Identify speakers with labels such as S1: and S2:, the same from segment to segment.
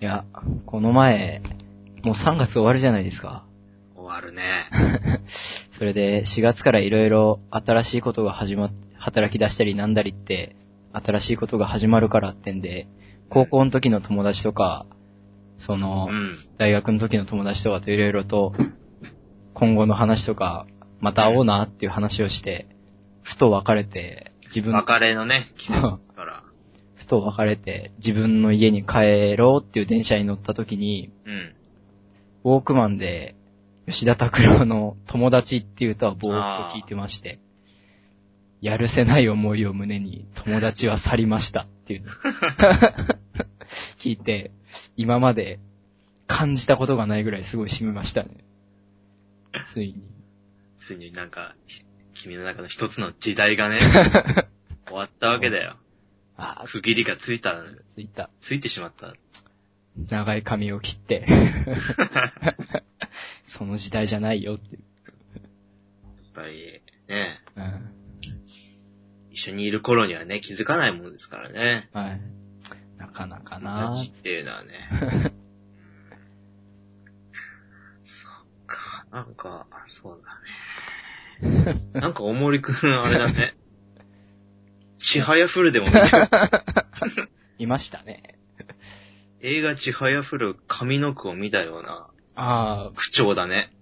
S1: や、この前、もう3月終わるじゃないですか。
S2: 終わるね。
S1: それで、4月からいろいろ新しいことが始まっ、働き出したりなんだりって、新しいことが始まるからってんで、高校の時の友達とか、その
S2: う、ん。
S1: 大学の時の友達とかといろいろと、今後の話とか、また会おうなっていう話をして、ふと別れて、自分、
S2: 別れのね、季節ですから。
S1: ふと別れて、自分の家に帰ろうっていう電車に乗った時に、
S2: うん。
S1: ウォークマンで、吉田拓郎の友達っていう歌をぼーっと聞いてまして、やるせない思いを胸に友達は去りましたっていうのを聞いて、今まで感じたことがないぐらいすごい染みましたね。ついに。
S2: ついになんか、ひ君の中の一つの時代 がね、終わったわけだよ。
S1: ああ、
S2: 区切りがついた、
S1: ついた。
S2: ついてしまった。
S1: 長い髪を切って。その時代じゃないよっていう。
S2: やっぱり、ね、
S1: うん
S2: 一緒にいる頃にはね、気づかないもんですからね。
S1: はい。なかなかな
S2: 友達っていうのはね。うんそっか、なんか、そうだ ね。なんか、おもりくん、あれだね。ちはやふるでも見てる。
S1: いましたね。
S2: 映画ちはやふる上の句を見たような
S1: ああ、
S2: 口調だね。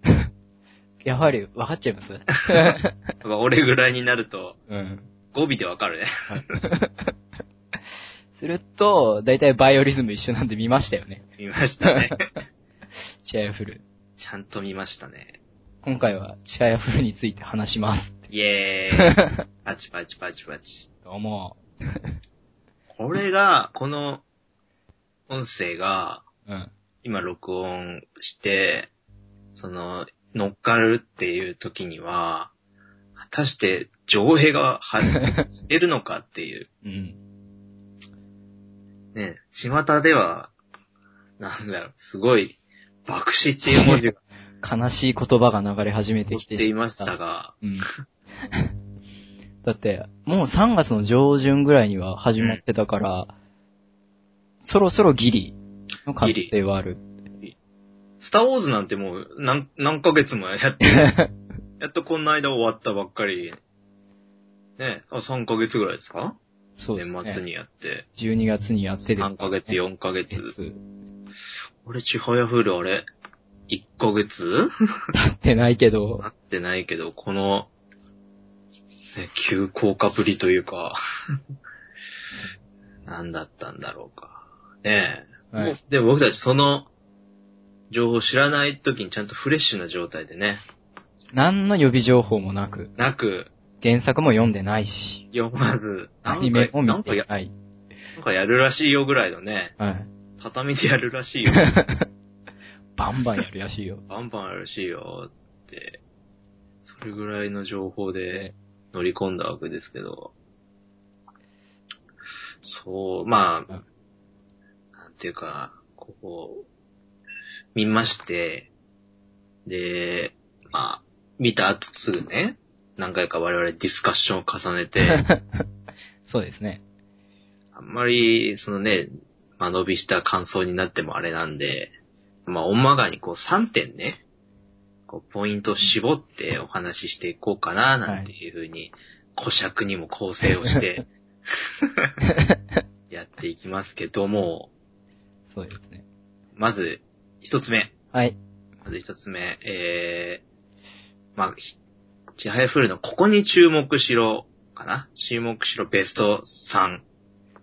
S1: やはり分かっちゃいます
S2: やっぱ俺ぐらいになると、
S1: うん。
S2: 語尾でわかるね。
S1: すると、だいたいバイオリズム一緒なんで見ましたよね。
S2: 見ましたね。
S1: チアヤフル。
S2: ちゃんと見ましたね。
S1: 今回はチアヤフルについて話します。
S2: イエーイ。パチパチパチパチ。
S1: どうも。
S2: これが、この音声が、
S1: うん。
S2: 今録音して、その、乗っかるっていう時には、果たして上映が外してるのかっていう、
S1: うん。
S2: ね、巷では、なんだろう、すごい、爆死っていう文字が
S1: 悲しい言葉が流れ始めて
S2: 載
S1: き
S2: ってていましたが、
S1: うん。 だって、もう3月の上旬ぐらいには始まってたから、そろそろギリの可能性はある。
S2: スターウォーズなんてもう何、何ヶ月もや って、やっとこの間終わったばっかり、ね、あ、3ヶ月ぐらいですか
S1: そうですね。
S2: 年末にやって。
S1: 12月にやってて
S2: 3ヶ月、4ヶ月。
S1: 月。
S2: 俺、ちはやふるあれ ?1 ヶ月
S1: 経ってないけど
S2: な、ってないけど、この、ね、急降下ぶりという か、何だったんだろうか。ねえ。
S1: は
S2: もう
S1: い、
S2: でも僕たちその、情報を知らない時にちゃんとフレッシュな状態でね、
S1: 何の予備情報もなく、
S2: なく、
S1: 原作も読んでないし、
S2: 読まず、
S1: ア
S2: なん
S1: ニメ
S2: か、
S1: も
S2: な
S1: 見
S2: んか
S1: て
S2: や、
S1: ない。
S2: なんかやるらしいよぐらいのね、
S1: はい。
S2: 畳でやるらしいよ。
S1: バンバンやるらしいよ。
S2: バンバンあるらしいよって、それぐらいの情報で乗り込んだわけですけど、そう、ま
S1: うん
S2: あ、なんていうか、ここ、見まして、で、まあ、見た後すぐね、何回か我々ディスカッションを重ねて、
S1: そうですね。
S2: あんまり、そのね、間延びした感想になってもあれなんで、まあ、おまがにこう3点ね、こう、ポイントを絞ってお話ししていこうかな、なんていうふうに、古尺にも構成をして、やっていきますけども、
S1: そうですね。
S2: まず、一つ目。
S1: はい。
S2: まず一つ目、えー、まあ、ひちはやふるのここに注目しろ、かな注目しろベスト3。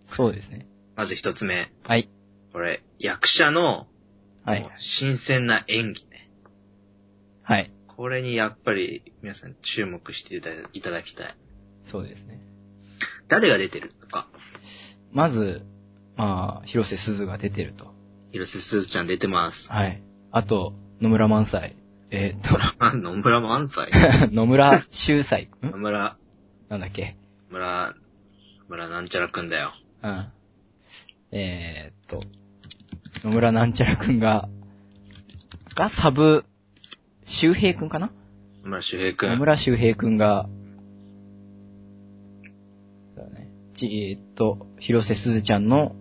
S1: そうですね。
S2: まず一つ目。
S1: はい。
S2: これ、役者の、
S1: はい。
S2: 新鮮な演技ね。
S1: はい。
S2: これにやっぱり皆さん注目していただいただきたい。
S1: そうですね。
S2: 誰が出てるのか。
S1: まず、まあ、広瀬すずが出てると。
S2: 広瀬すずちゃん出て ます。
S1: はい。あと、野村萬斎。えーっと、
S2: あ野村満載。
S1: 野村秀斎。ん
S2: 野村、
S1: なんだっけ
S2: 村、村なんちゃらくんだよ。
S1: うん。えー、っと、野村なんちゃらくんが、がサブ、周平くんかな、
S2: 野村周平く
S1: 野
S2: ん。
S1: 村周平くんが、そうだね。ちえーっと、広瀬すずちゃんの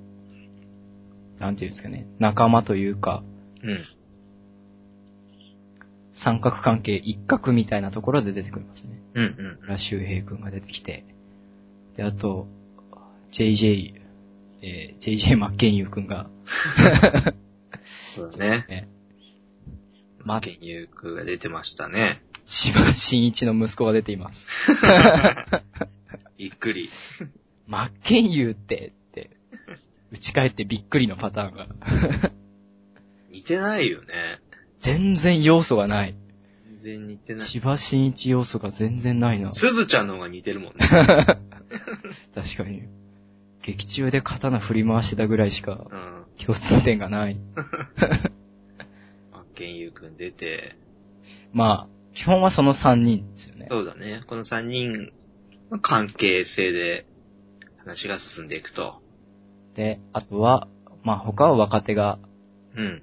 S1: なんていうんですかね、仲間というか、
S2: うん。
S1: 三角関係一角みたいなところで出てくりますね。
S2: うんうん。
S1: 浦修平くんが出てきて、で、あと、JJ、えー JJ 真剣佑くんが、
S2: そうだね。
S1: ま、
S2: 原油くが出てましたね。
S1: 千葉真一の息子が出ています。
S2: びっくり。
S1: 真剣佑って、って、打ち返ってびっくりのパターンが。
S2: 似てないよね。
S1: 全然要素がない。
S2: 全然似てない。
S1: 千葉真一要素が全然ないな。
S2: すずちゃんの方が似てるもん ね。
S1: 確かに。劇中で刀振り回してたぐらいしか
S2: うん。
S1: 共通点がない。
S2: まあ、原油くん出て、
S1: まあ、基本はその3人ですよね。
S2: そうだね。この三人の関係性で話が進んでいくと。
S1: で、あとは、まあ他は若手が
S2: うん。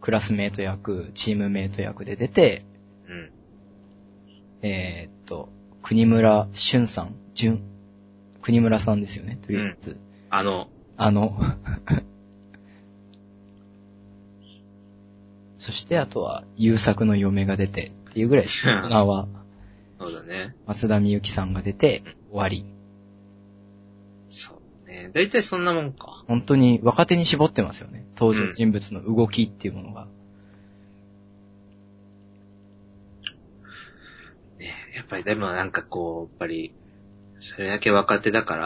S1: クラスメイト役、チームメイト役で出て、
S2: うん。
S1: えーっと、国村俊さん、俊、国村さんですよね、とりあえず。
S2: あの、
S1: あの、 そしてあとは、優作の嫁が出てっていうぐらいです。名は、
S2: そうだね。
S1: 松田美由紀さんが出て、終わり。
S2: そうね。だいたいそんなもんか。
S1: 本当に若手に絞ってますよね。登場人物の動きっていうものが。
S2: ねやっぱりでもなんかこう、やっぱり、それだけ若手だから、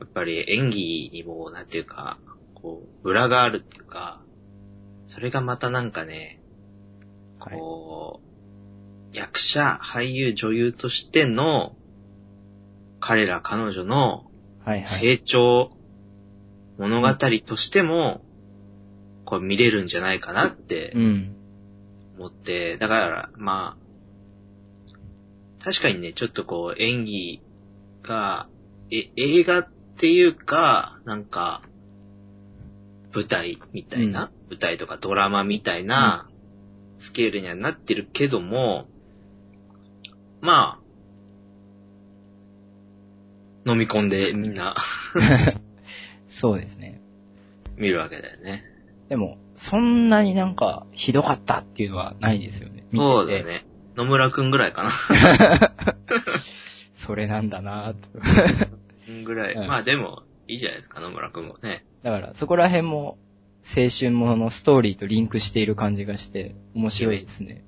S2: やっぱり演技にも、なんていうか、こう、裏があるっていうか、それがまたなんかね、
S1: はい。
S2: こう、役者、俳優、女優としての、彼ら彼女の
S1: はいはい。
S2: 成長、物語としても、こう見れるんじゃないかなって
S1: うん。
S2: 思って、だから、まあ、確かにね、ちょっとこう演技が、え、映画っていうか、なんか、舞台みたいな、舞台とかドラマみたいなスケールにはなってるけども、まあ、飲み込んでみんな
S1: そうですね。
S2: 見るわけだよね。
S1: でも、そんなになんか、ひどかったっていうのはないですよね。見てて
S2: そうだね。野村くんぐらい かな。
S1: それなんだなぁと。
S2: ぐらい。
S1: うん
S2: まあでも、いいじゃないですか、野村くんもね。
S1: だから、そこら辺も、青春もののストーリーとリンクしている感じがして、面白いですね。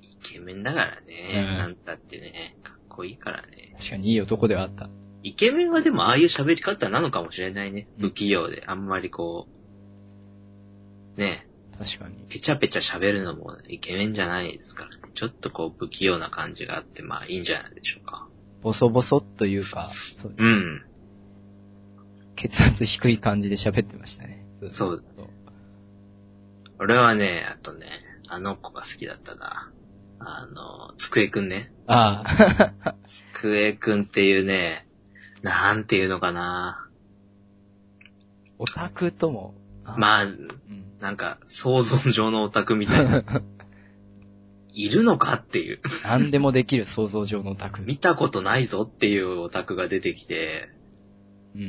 S2: イケメンだからね。
S1: うん
S2: なんたってね。かっこいいからね。
S1: 確かにいい男ではあった。
S2: イケメンはでもああいう喋り方なのかもしれないね。
S1: うん
S2: 不器用で、あんまりこう、ね、
S1: 確かに。
S2: ぺちゃぺちゃ喋るのもイケメンじゃないですから、ちょっとこう不器用な感じがあって、まあいいんじゃないでしょうか。
S1: ボソボソというか、そう
S2: うん。
S1: 血圧低い感じで喋ってましたね。
S2: そう。俺はね、あとね、あの子が好きだったな。あの、つくえくんね。
S1: ああ。
S2: クエくんっていうね、なんていうのかな。
S1: オタクとも。あ。
S2: まあ、
S1: うん
S2: なんか、想像上のオタクみた いな。いるのかっていう。
S1: 何でもできる想像上のオタク。
S2: 見たことないぞっていうオタクが出てきて、
S1: うん。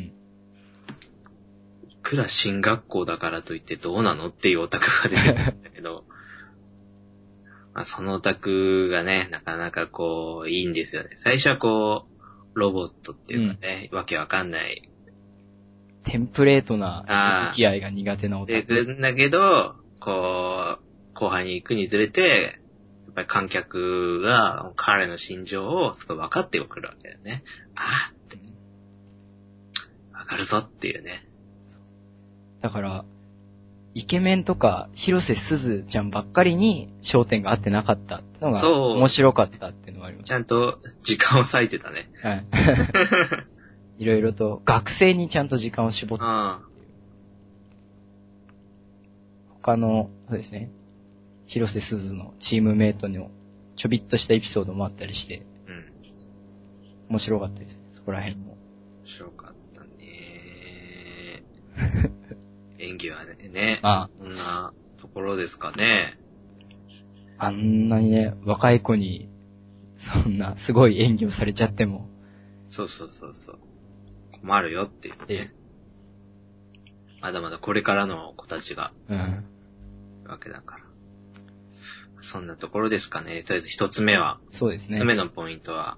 S2: いくら進学校だからといってどうなのっていうオタクが出てくるんだけど、まあ、そのオタクがね、なかなかこう、いいんですよね。最初はこう、ロボットっていうかね、わけわかんない
S1: テンプレートな
S2: あー
S1: 付き合いが苦手なオタ
S2: で、
S1: ク。
S2: くんだけど、こう、後輩に行くにつれて、やっぱり観客が彼の心情をすごい分かってくるわけだよね。ああって。分かるぞっていうね。
S1: だから、イケメンとか、広瀬すずちゃんばっかりに焦点が合ってなかったってのが、
S2: そう
S1: 面白かったっていうのはあります
S2: ち。ゃんと時間を割いてたね。
S1: はい。いろいろと、学生にちゃんと時間を絞って、
S2: あ
S1: 他の、そうですね、広瀬すずのチームメイトのちょびっとしたエピソードもあったりして、
S2: あ、うん。
S1: 面白かったです。そこら辺も。
S2: 面白かったね。演技はね、
S1: ま
S2: そんなところですかね。
S1: あ、あんなにね、若い子に、そんな、すごい演技をされちゃっても、
S2: そうそうそうそう。困るよっていうね。まだまだこれからの子たちが
S1: うん。
S2: いるわけだから。そんなところですかね。とりあえず一つ目は、
S1: そうです
S2: 一
S1: ね
S2: つ。目のポイントは。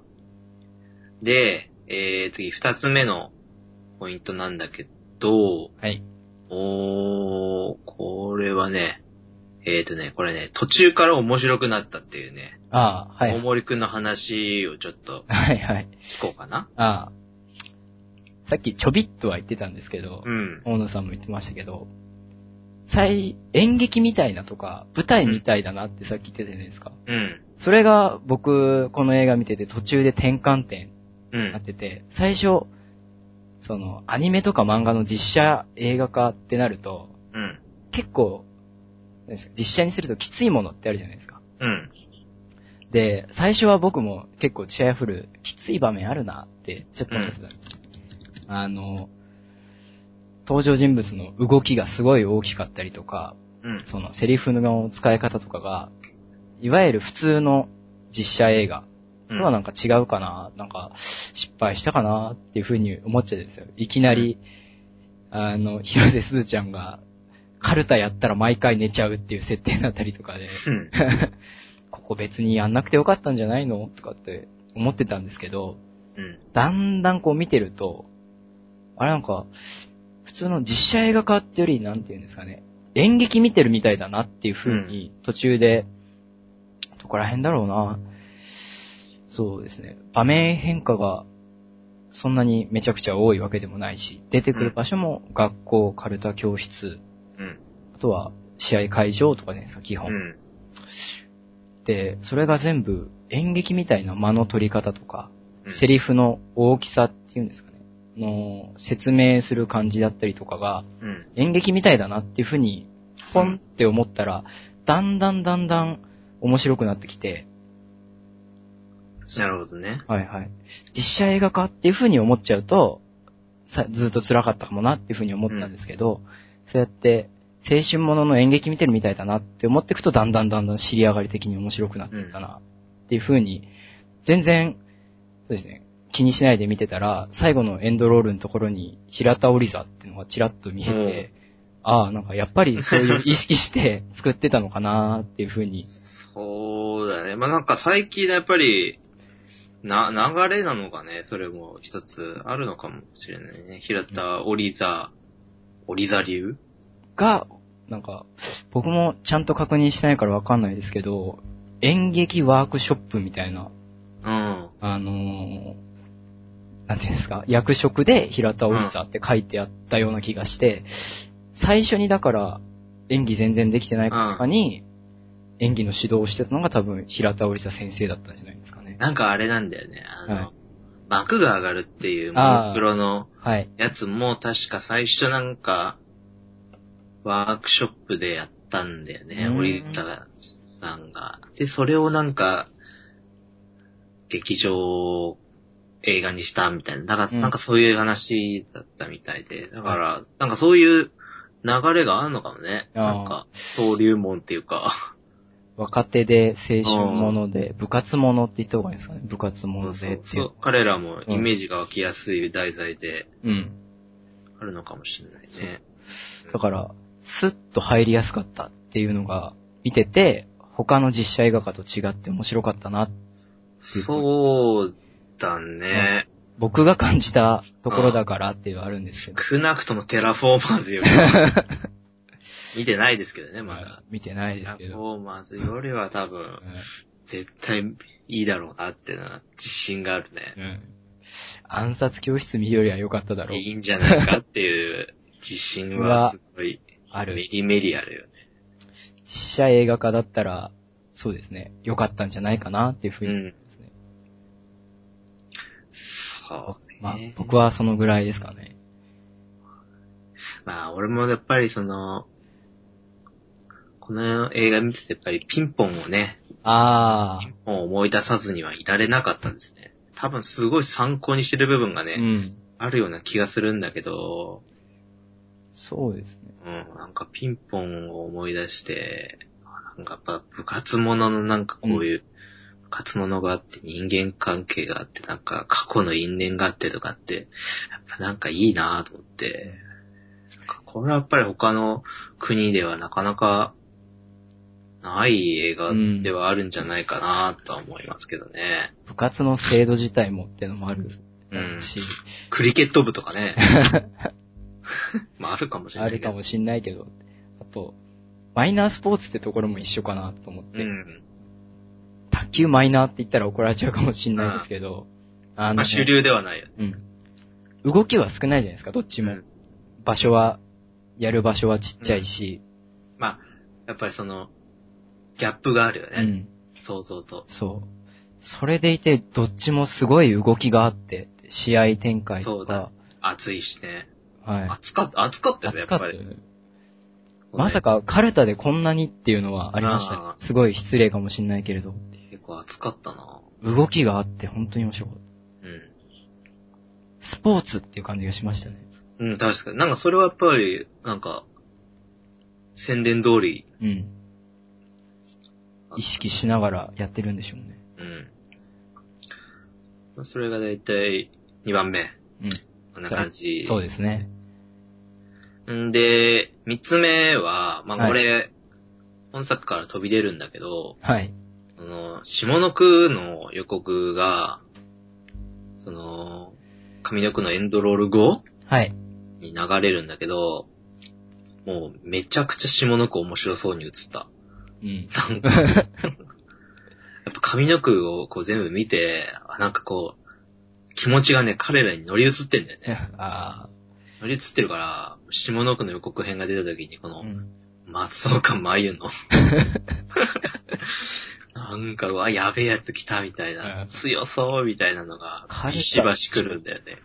S2: で、えー、次二つ目のポイントなんだけど、
S1: はい。
S2: おー、これはね、えーとね、これね、途中から面白くなったっていうね、
S1: ああ、は
S2: 大
S1: い。
S2: 森くんの話をちょっと
S1: はいはい。
S2: 聞こうかな。
S1: ああ。さっきちょびっとは言ってたんですけど、
S2: うん。
S1: 大野さんも言ってましたけど、最、演劇みたいなとか、舞台みたいだなってさっき言ってたじゃないですか。
S2: うん。
S1: それが僕、この映画見てて途中で転換点
S2: う
S1: になっ
S2: ん。
S1: てて、最初、その、アニメとか漫画の実写映画化ってなると、
S2: うん。
S1: 結構、なんですか実写にするときついものってあるじゃないですか。
S2: うん。
S1: で、最初は僕も結構チェアフル、きつい場面あるなって、ちょっと思ってた、あの、登場人物の動きがすごい大きかったりとか、
S2: うん。
S1: そのセリフの使い方とかが、いわゆる普通の実写映画
S2: うん。
S1: とはなんか違うかな、なんか失敗したかなっていうふうに思っちゃうんですよ。いきなり、あの、広瀬すずちゃんが、カルタやったら毎回寝ちゃうっていう設定だったりとかで、
S2: うん。
S1: ここ別にやんなくてよかったんじゃないのとかって思ってたんですけど、
S2: うん。
S1: だんだんこう見てると、あれなんか、普通の実写映画化ってより、なんていうんですかね、演劇見てるみたいだなっていう風に、途中で、どこら辺だろうな、そうですね、場面変化が、そんなにめちゃくちゃ多いわけでもないし、出てくる場所も学校、カルタ教室、
S2: うん。
S1: あとは試合会場とかね、さ基本。
S2: うん。
S1: で、それが全部演劇みたいな間の取り方とか、
S2: うん
S1: セリフの大きさっていうんですかね、の説明する感じだったりとかが
S2: うん。
S1: 演劇みたいだなっていうふうに、ポンって思ったら、だんだんだんだん面白くなってきて、
S2: なるほどね。
S1: はいはい。実写映画化っていうふうに思っちゃうと、さずっと辛かったかもなっていうふうに思ったんですけど、そうやって青春ものの演劇見てるみたいだなって思っていくと、だんだんだんだん尻上がり的に面白くなっていったなっていうふうに、全然、そうですね、気にしないで見てたら、最後のエンドロールのところに平田織座っていうのがちらっと見えて、ああ、なんかやっぱりそういう意識して作ってたのかなっていうふうに、
S2: そうだね。まあ、なんか最近やっぱり、な、流れなのかね、それも一つあるのかもしれないね。平田、織座、織座流
S1: が、なんか、僕もちゃんと確認してないからわかんないですけど、演劇ワークショップみたいな、
S2: うん。
S1: あのーなんていうんですか、役職で平田織さんって書いてあったような気がして、最初にだから演技全然できてない子とかに、演技の指導をしてたのが多分平田織さん先生だったんじゃないですかね。
S2: なんかあれなんだよね。あの、
S1: はい
S2: 幕が上がるっていう、
S1: あー
S2: モノクロの
S1: はい。
S2: やつも確か最初なんか、ワークショップでやったんだよね、
S1: うん
S2: 織田さんが。で、それをなんか、劇場映画にしたみたいな。だから、
S1: うん
S2: なんかそういう話だったみたいで。だから、なんかそういう流れがあるのかもね。
S1: あー
S2: なんか、登竜門っていうか、
S1: 若手で青春もので、部活ものって言った方がいいですかね。部活もの
S2: そう
S1: で
S2: そ
S1: 強
S2: う
S1: く。
S2: 彼らもイメージが湧きやすい題材で
S1: うん。
S2: あるのかもしれないね。
S1: だから、スッと入りやすかったっていうのが、見てて、他の実写映画化と違って面白かったな。
S2: そうだね。
S1: 僕が感じたところだからっていうのはあるんですけど、
S2: 少なくともテラフォーマーズより は見てないですけどね、まだ。
S1: 見てない
S2: テ
S1: で
S2: ラフ
S1: すけ
S2: ォ
S1: ど。
S2: ーマーズよりは多分、
S1: う
S2: 絶対いいだろうなっていうのは自信があるね
S1: ん。うん暗殺教室見るよりは良かっただろう。
S2: いいんじゃないかっていう自信はすごい、
S1: あ
S2: メ
S1: る。
S2: リメリあるよね。
S1: 実写映画化だったら、そうですね。良かったんじゃないかなっていうふう
S2: う
S1: に。
S2: ん。そうね。
S1: まあ、僕はそのぐらいですかね。
S2: まあ、俺もやっぱりその、この映画見ててやっぱりピンポンをね、
S1: あ
S2: もう思い出さずにはいられなかったんですね。多分すごい参考にしてる部分がね、
S1: ー、うん。
S2: あるような気がするんだけど、
S1: そうですね。
S2: うん、なんかピンポンを思い出して、なんかやっぱ部活もののなんかこういう、部活ものがあって人間関係があって、なんか過去の因縁があってとかって、やっぱなんかいいなぁと思って、これはやっぱり他の国ではなかなかない映画ではあるんじゃないかなとは思いますけどね。
S1: 部活の制度自体もってのもあるし、
S2: うん。クリケット部とか ね。まああるかもしれ
S1: あ
S2: ない
S1: る
S2: けど。
S1: かもしんないけど、あと、マイナースポーツってところも一緒かなと思って、
S2: うん。
S1: 卓球マイナーって言ったら怒られちゃうかもしんないですけど、あ
S2: まあ主流ではないよ。
S1: うん。動きは少ないじゃないですか、どっちも。
S2: うん
S1: 場所は、やる場所はちっちゃいし、
S2: まあ、やっぱりその、ギャップがあるよ
S1: う
S2: ね。
S1: ん、
S2: 想像と。
S1: そう。それでいて、どっちもすごい動きがあって、試合展開
S2: そ
S1: と
S2: うだ
S1: か、
S2: 暑いしね。
S1: はい。
S2: 暑かった、暑かったよね、や
S1: 熱
S2: っ
S1: かっ
S2: ぱ
S1: たよ
S2: り。
S1: ね。まさか、カルタでこんなにっていうのはありまし
S2: あ
S1: たね。すごい失礼かもしんないけれど、
S2: 結構暑かったな
S1: 動きがあって本当に面白かっ
S2: うん。
S1: た。スポーツっていう感じがしましたね。
S2: うん、確かに。なんかそれはやっぱり、なんか、宣伝通り。
S1: うん。意識しながらやってるんでしょうね。
S2: うん。まあそれがだいたい2番目。
S1: う
S2: こんな感じ。
S1: ん。そうですね。
S2: んで、3つ目は、まあ
S1: はい
S2: これ、本作から飛び出るんだけど、
S1: はい。
S2: その、下の句の予告が、その、上の句のエンドロール後
S1: はい。
S2: に流れるんだけど、もうめちゃくちゃ下の句面白そうに映 った。
S1: うん。
S2: なんかやっぱ上の句をこう全部見て、あなんかこう、気持ちがね、彼らに乗り移ってんだよね。
S1: あ
S2: 乗り移ってるから、下の句の予告編が出た時に、こ
S1: あ。
S2: の
S1: う、ん。
S2: 松岡真優 の、なんか、うわ、やべえやつ来たみたいな、
S1: うん
S2: 強そうみたいなのが
S1: 彼、
S2: ビシバシ来るんだよね。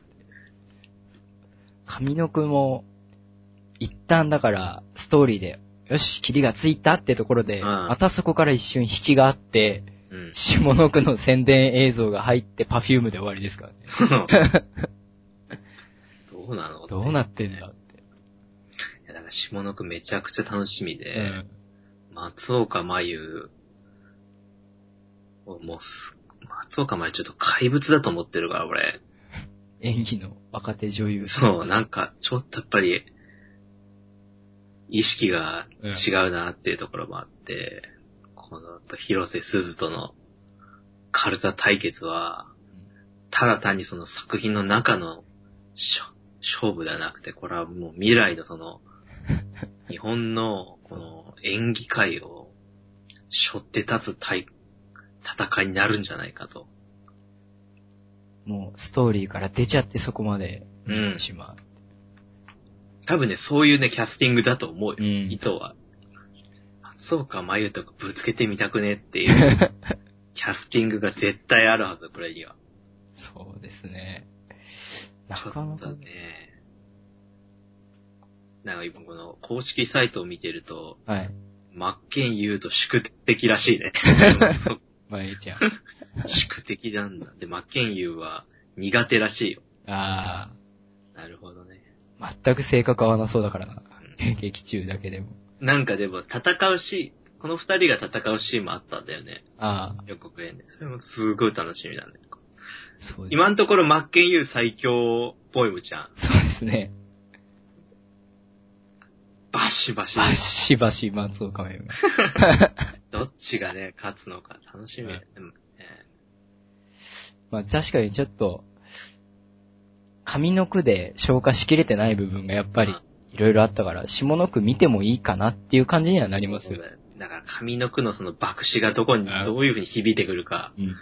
S1: 上野くんも、一旦だから、ストーリーで、よし、霧がついたってところで、
S2: うん
S1: またそこから一瞬引きがあって、
S2: うん。
S1: 下の句の宣伝映像が入って、パフュームで終わりですからね。
S2: どうなの
S1: どうなってんだっ
S2: いやだから下の句めちゃくちゃ楽しみ
S1: て。
S2: で、松岡真優をもうす、松岡真優ちょっと怪物だと思ってるから、俺。
S1: うん演技の若手女優。
S2: そう、なんか、ちょっとやっぱり、意識が違うなっていうところもあって、この、広瀬すずとのカルタ対決は、ただ単にその作品の中のしょ勝負ではなくて、これはもう未来のその、日本のこの演技界を背負って立つ対戦いになるんじゃないかと。
S1: もう、ストーリーから出ちゃってそこまで、
S2: うん
S1: しま
S2: 多分ね、そういうね、キャスティングだと思うよ
S1: う。ん
S2: 意。図は。松岡真優とかぶつけてみたくねっていう、キャスティングが絶対あるはず、これには。
S1: そうですね。な
S2: ちょ
S1: かな
S2: っ
S1: か
S2: と、ね。なんか今この公式サイトを見てると、
S1: はい。
S2: 真剣佑と宿敵らしいね。
S1: まゆちゃん。
S2: 宿敵なんだ。で、真剣佑は苦手らしいよ。
S1: あ
S2: なるほどね。
S1: あ。全く性格合わなそうだからな。劇中だけでも。
S2: なんかでも戦うシーン、この二人が戦うシーンもあったんだよね。
S1: ああ。
S2: 予告編で。それもすごい楽しみなんだよ。
S1: そうです。
S2: 今のところ真剣佑最強っぽいむちゃん。
S1: そうですね。
S2: バシバシ。
S1: バシバシ松 岡めが。
S2: どっちがね、勝つのか楽しみだよね。うん
S1: まあ確かにちょっと、上の句で消化しきれてない部分がやっぱり
S2: うん
S1: いろいろあったから、下の句見てもいいかなっていう感じにはなります
S2: そう
S1: よ。
S2: だよだから上の句のその爆死がどこに
S1: う、ん
S2: どういう風に響いてくるか、
S1: うん。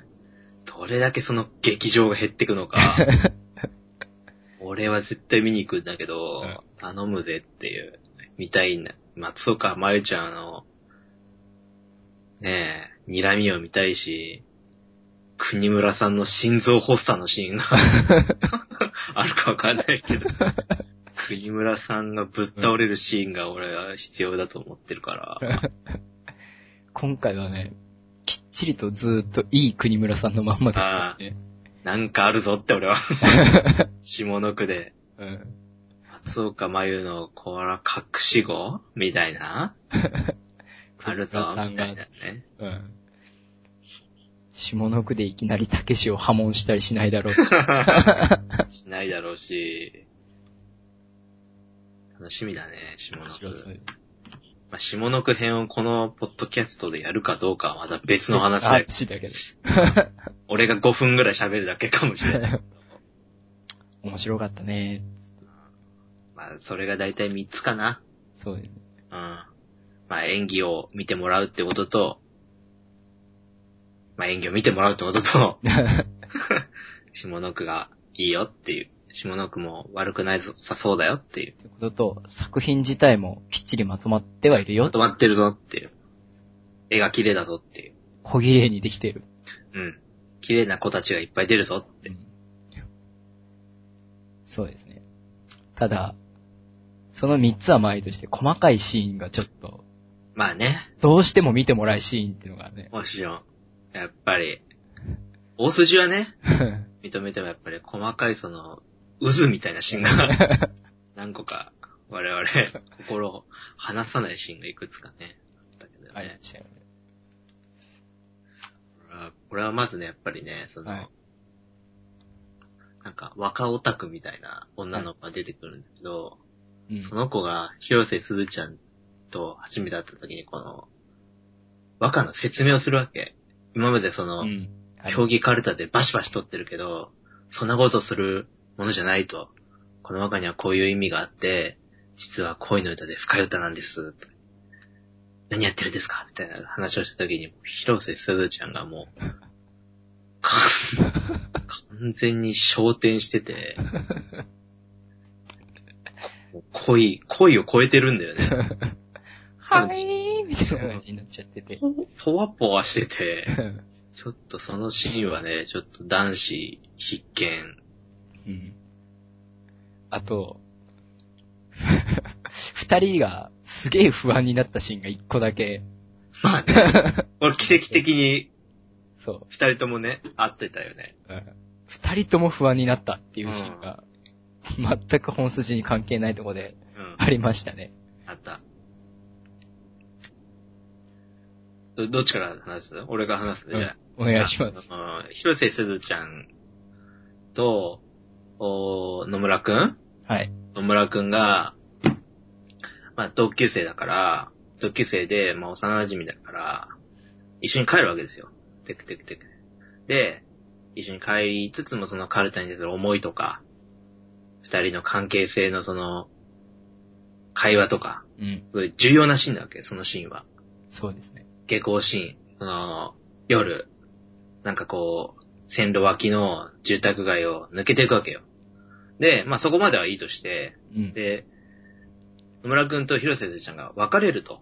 S2: どれだけその劇場が減ってくのか。 俺は絶対見に行くんだけど、
S1: うん
S2: 頼むぜっていう、見たいんだ。松岡真由ちゃんの、ねえ、睨みを見たいし、国村さんの心臓発作のシーン が、あるかわかんないけど、国村さんがぶっ倒れるシーンが俺は必要だと思ってるから、
S1: 今回はね、きっちりとずーっといい国村さんのまんまですからね。
S2: なんかあるぞって俺は、 下の句で。
S1: うん。
S2: 松岡真優のコーラ隠し語みたいなあるぞ、みたいな ね。
S1: うん。下の句でいきなりたけしを破門したり しないだろう。
S2: しないだろうし、楽しみだね、下の
S1: 面白
S2: 句
S1: そ。う
S2: まあ、下の句編をこのポッドキャストでやるかどうかはまた別の話 で、
S1: 話だけど。
S2: 俺が5分ぐらい喋るだけかもしれない。
S1: 面白かったね。
S2: まあ、それがだいたい3つかな。
S1: そうです
S2: うん。まあ、演技を見てもらうってことと、まあ、演技を見てもらうってこと と、
S1: ね。
S2: 下の句がいいよっていう。下の句も悪くないぞさそうだよっていう。
S1: ということと、作品自体もきっちりまとまってはいるよ
S2: まと。まってるぞっていう。絵が綺麗だぞっていう。
S1: 小綺麗にできてる。
S2: うん。綺麗な子たちがいっぱい出るぞって。
S1: そうですね。ただ、その3つは前として、細かいシーンがちょっと、
S2: まあね、
S1: どうしても見てもらうシーンっていうのがね。
S2: もちろん。やっぱり、大筋はね、認めてもやっぱり細かいその、渦みたいなシーンが、 何個か、我々、心を離さないシーンがいくつかね。あったけど
S1: あり
S2: ね
S1: ましたよね。
S2: これはまずね、やっぱりね、その、
S1: はい
S2: なんか、若オタクみたいな女の子が出てくるんだけど、
S1: うん
S2: その子が、広瀬すずちゃんと初めて会った時に、この、和歌の説明をするわけ。今までその、
S1: うん。
S2: 競技カルタでバシバシ取ってるけど、そんなことするものじゃないと。この和歌にはこういう意味があって、実は恋の歌で深い歌なんです。何やってるんですかみたいな話をした時に、広瀬すずちゃんがもう、か完全に焦点してて、もう恋、恋を超えてるんだよね。
S1: はいみたいな感じになっちゃってて。
S2: ぽわぽわしてて、ちょっとそのシーンはね、ちょっと男子必見。
S1: うん。あと、 二人がすげえ不安になったシーンが一個だけ、
S2: まあね、 俺奇跡的に
S1: そう。
S2: 二人ともね、会ってたよね。
S1: うん二人とも不安になったっていうシーンが、全く本筋に関係ないとこで
S2: うん、
S1: ありましたね。
S2: あった。ど、どっちから話す俺が話すねじゃあ。
S1: お願いします。
S2: あの広瀬すずちゃんと、お野村くん
S1: はい。
S2: 野村くんが、まあ、同級生だから、同級生で、まあ、幼馴染だから、一緒に帰るわけですよ。テクテクテク。で、一緒に帰りつつも、そのカルタに対する思いとか、二人の関係性のその、会話とか、
S1: うん。
S2: すごい重要なシーンなわけ、そのシーンは。
S1: そうですね。
S2: 下校シーン、その、夜、なんかこう、線路脇の住宅街を抜けていくわけよ。で、まあ、そこまではいいとして、
S1: うん。
S2: で、野村くんと広瀬すずちゃんが別れると。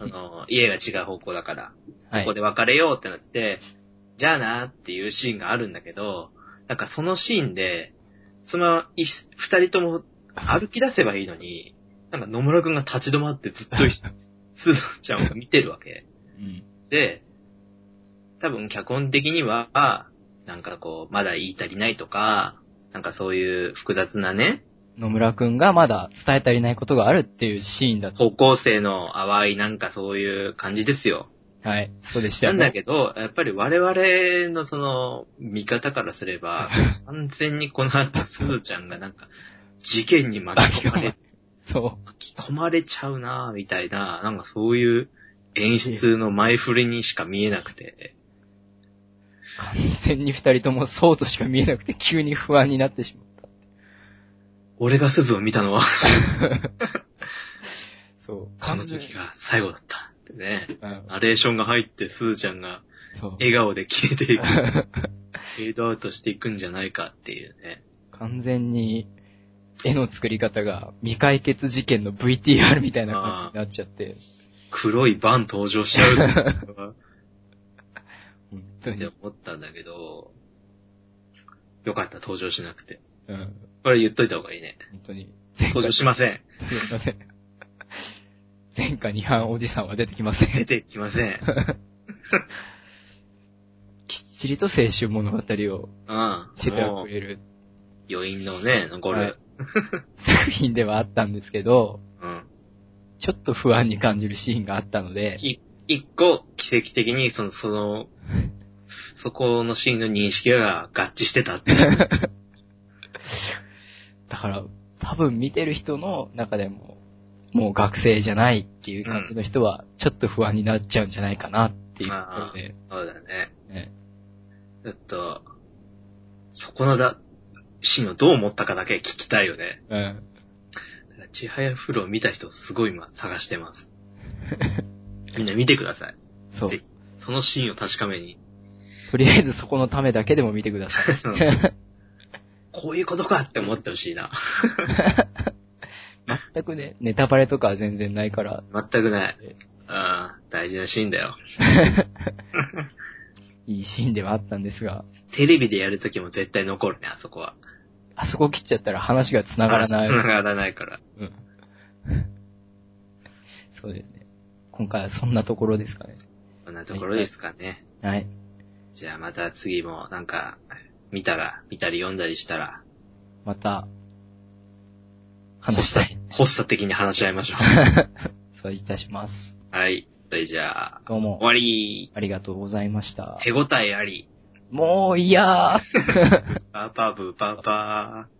S2: あの、家が違う方向だから、
S1: は
S2: ここ
S1: い。
S2: で別れようってなって、じゃあなーっていうシーンがあるんだけど、なんかそのシーンで、その、い二人とも歩き出せばいいのに、なんか野村くんが立ち止まってずっと ひすずちゃんを見てるわけ。
S1: うん。
S2: で、多分脚本的には、なんかこう、まだ言い足りないとか、なんかそういう複雑なね、
S1: 野村くんがまだ伝え足りないことがあるっていうシーンだと。
S2: 高校生の淡いなんかそういう感じですよ。
S1: はい。そうでした
S2: な
S1: よ
S2: んだ
S1: ね。
S2: けど、やっぱり我々のその、見方からすれば、完全にこの後、すずちゃんがなんか、事件に巻き込まれ、
S1: そ
S2: 巻き込まれちゃうなぁ、みたいな、なんかそういう演出の前振りにしか見えなくて、
S1: う。完全に二人ともそうとしか見えなくて急に不安になってしまった。
S2: 俺がすずを見たのは、
S1: そう。
S2: この時が最後だった。ってね。
S1: うん。
S2: ナレーションが入って、すずちゃんが
S1: そう。
S2: 笑顔で消え ていく、フェードアウトしていくんじゃないかっていうね。
S1: 完全に、絵の作り方が未解決事件の VTR みたいな感じになっちゃって、
S2: 黒いバン登場しちゃう っていうのが
S1: 本当
S2: って
S1: に。
S2: 思ったんだけど、よかった、登場しなくて。
S1: うん。
S2: これ言っといた方がいいね。
S1: 本当に。
S2: 登場しませ ん。
S1: すいません。前科二犯おじさんは出てきませ
S2: 出
S1: ん。
S2: てきませ ん。
S1: きっちりと青春物語を
S2: うん。
S1: 出ては
S2: もう、
S1: くれる
S2: 余韻のね、残る。
S1: はい作品ではあったんですけど、
S2: うん。
S1: ちょっと不安に感じるシーンがあったので、
S2: い一個、奇跡的に、その、その、そこの シーンの認識が合致してたっていう。
S1: だから、多分見てる人の中でも、もう学生じゃないっていう感じの人は、ちょっと不安になっちゃうんじゃないかなっていうところで、
S2: そうだね。
S1: ね
S2: ちょっと、そこのだ、シーンをどう思ったかだけ聞きたいよね。
S1: うん。
S2: ちはやふるを見た人すごい今探して ます。みんな見てください。
S1: そう
S2: ぜ。ひそのシーンを確かめ に。
S1: とりあえずそこのためだけでも見てください。
S2: こういうことかって思ってほしいな。
S1: 全くね、ネタバレとかは全然ないから、
S2: 全くない。うん、大事なシーンだよ。
S1: いいシーンではあったんですが、
S2: テレビでやるときも絶対残るね、あそこは。
S1: あそこ切っちゃったら話が繋がらない。
S2: 繋がらないから。
S1: うん。 そうですね。今回はそんなところですかね。
S2: こんなところですかね。
S1: はい。
S2: じゃあまた次もなんか、見たら、見たり読んだりしたら、
S1: また、
S2: ホ
S1: 話し
S2: ス
S1: た
S2: タ
S1: い。、
S2: ホスタ的に話し合いましょ
S1: そういたします。
S2: う。はい。それじゃあ、
S1: どう
S2: 終
S1: も、
S2: わり
S1: ありがとうございました。
S2: 手応えあり。
S1: もういやー
S2: パーパーブーパーパー。